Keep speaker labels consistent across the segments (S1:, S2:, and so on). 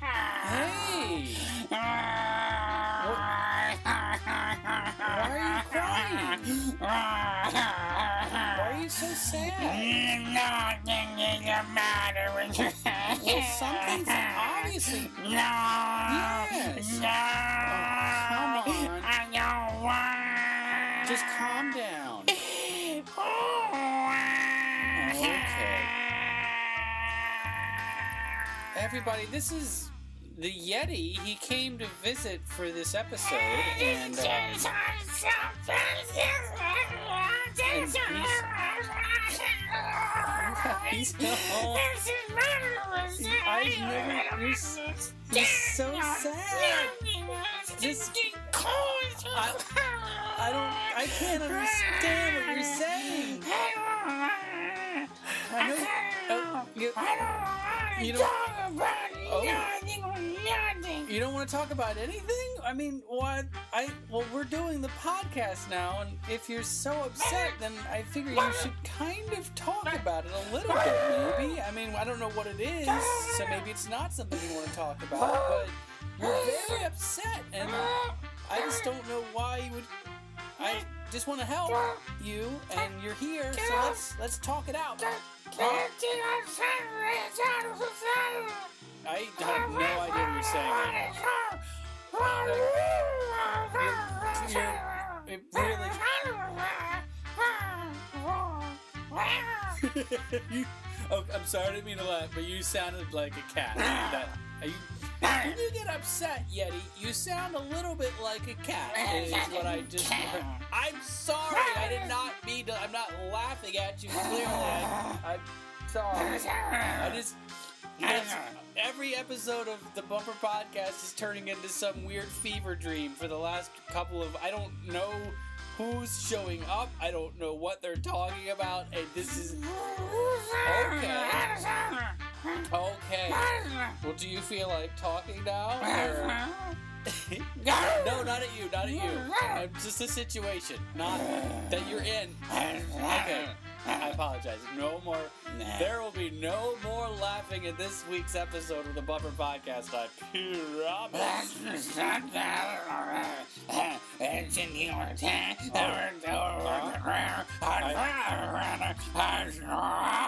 S1: Hey! Why are you crying? Why are you so sad?
S2: Nothing is the matter with you.
S1: Well, something's obviously.
S2: No.
S1: Yes.
S2: No.
S1: Oh, come on.
S2: I don't want.
S1: Just calm down. Everybody, this is the Yeti. He came to visit for this episode, and, uh, he's all-
S2: This is marvelous.
S1: I've never- you're s- you're so sad. This-
S2: Just cold.
S1: I don't. I can't understand what you're saying.
S2: I don't.
S1: I know. Oh, you,
S2: I
S1: You
S2: don't
S1: don't-
S2: want to
S1: Oh.
S2: talk about nothing nothing.
S1: you don't want to talk about anything. I mean, what? I well, we're doing the podcast now, and if you're so upset, then I figure you should kind of talk about it a little bit, maybe. I mean, I don't know what it is, so maybe it's not something you want to talk about. But you're very upset, and I just don't know why you would. I just want to help you, and you're here, so let's let's talk it out. I have no idea what you're saying. Right now. It really. you, oh, I'm sorry, I didn't mean to laugh, but you sounded like a cat. That, are you, when you get upset, Yeti, you sound a little bit like a cat. Is what I just heard. I'm sorry, I did not mean to. I'm not laughing at you clearly. I, I'm sorry. I just. Yes, every episode of the Bumper Podcast is turning into some weird fever dream for the last couple of. I don't know who's showing up. I don't know what they're talking about. And this is okay. Well, do you feel like talking now? or- no, not at you, not at you. Uh, just the situation, not that you're in. Okay, I apologize. No more. There will be no more laughing in this week's episode of the Bumper Podcast. I promise.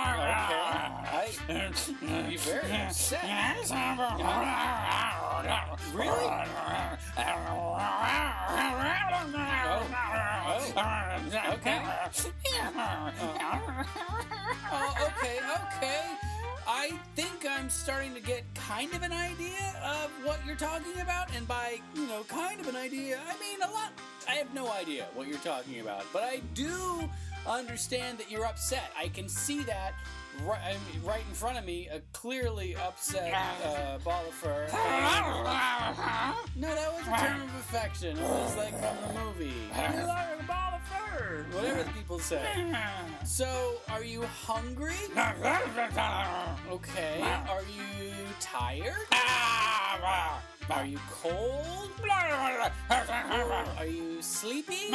S1: Okay. I, you're very upset. Oh, okay, okay. I think I'm starting to get kind of an idea of what you're talking about, and by, you know, kind of an idea, I mean a lot. I have no idea what you're talking about, but I do understand that you're upset. I can see that right, I mean, right in front of me, a clearly upset uh, ball of fur.
S2: Oh,
S1: No, that was a term of affection. It was like from the movie. You are a ball of fur, whatever the people say. So, are you hungry? Okay. Are you tired? Are you cold? Are you sleepy?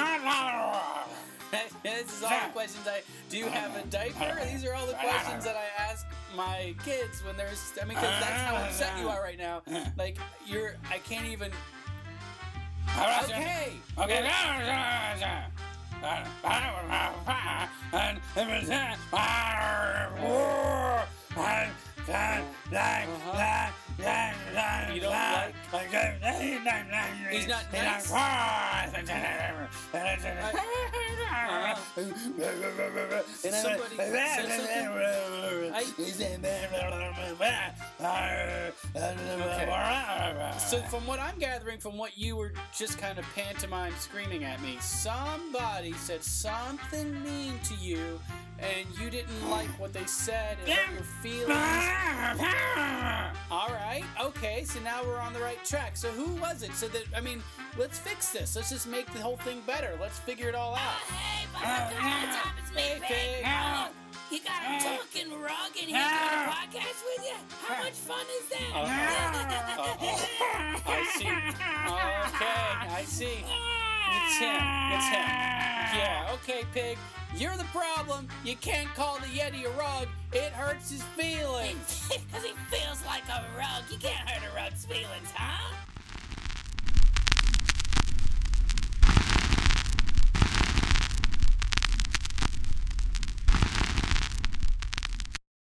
S1: this is all the questions I. Do you have a diaper? These are all the questions that I ask my kids when they're. st- I mean, 'cause that's how upset you are right now. Like you're. I can't even. Okay.
S2: Okay.
S1: Uh-huh. You don't like- He's not nice? And somebody said something- I- So, from what I'm gathering, from what you were just kind of pantomime screaming at me, somebody said something mean to you, and you didn't like what they said and hurt your feelings. All right, okay, so now we're on the right track. So, who was it? So that I mean, let's fix this. Let's just make the whole thing better. Let's figure it all out.
S3: Hey, Bubba, Gumbo Top, it's me, Pig.
S2: Ow.
S3: You got him talking wrong and he's on a podcast with you? How much fun is that?
S2: Uh-huh.
S1: Uh-huh. I see. Okay, I see. It's him. It's him. Yeah, okay, pig. You're the problem. You can't call the Yeti a rug. It hurts his feelings.
S3: Because he feels like feelings, huh?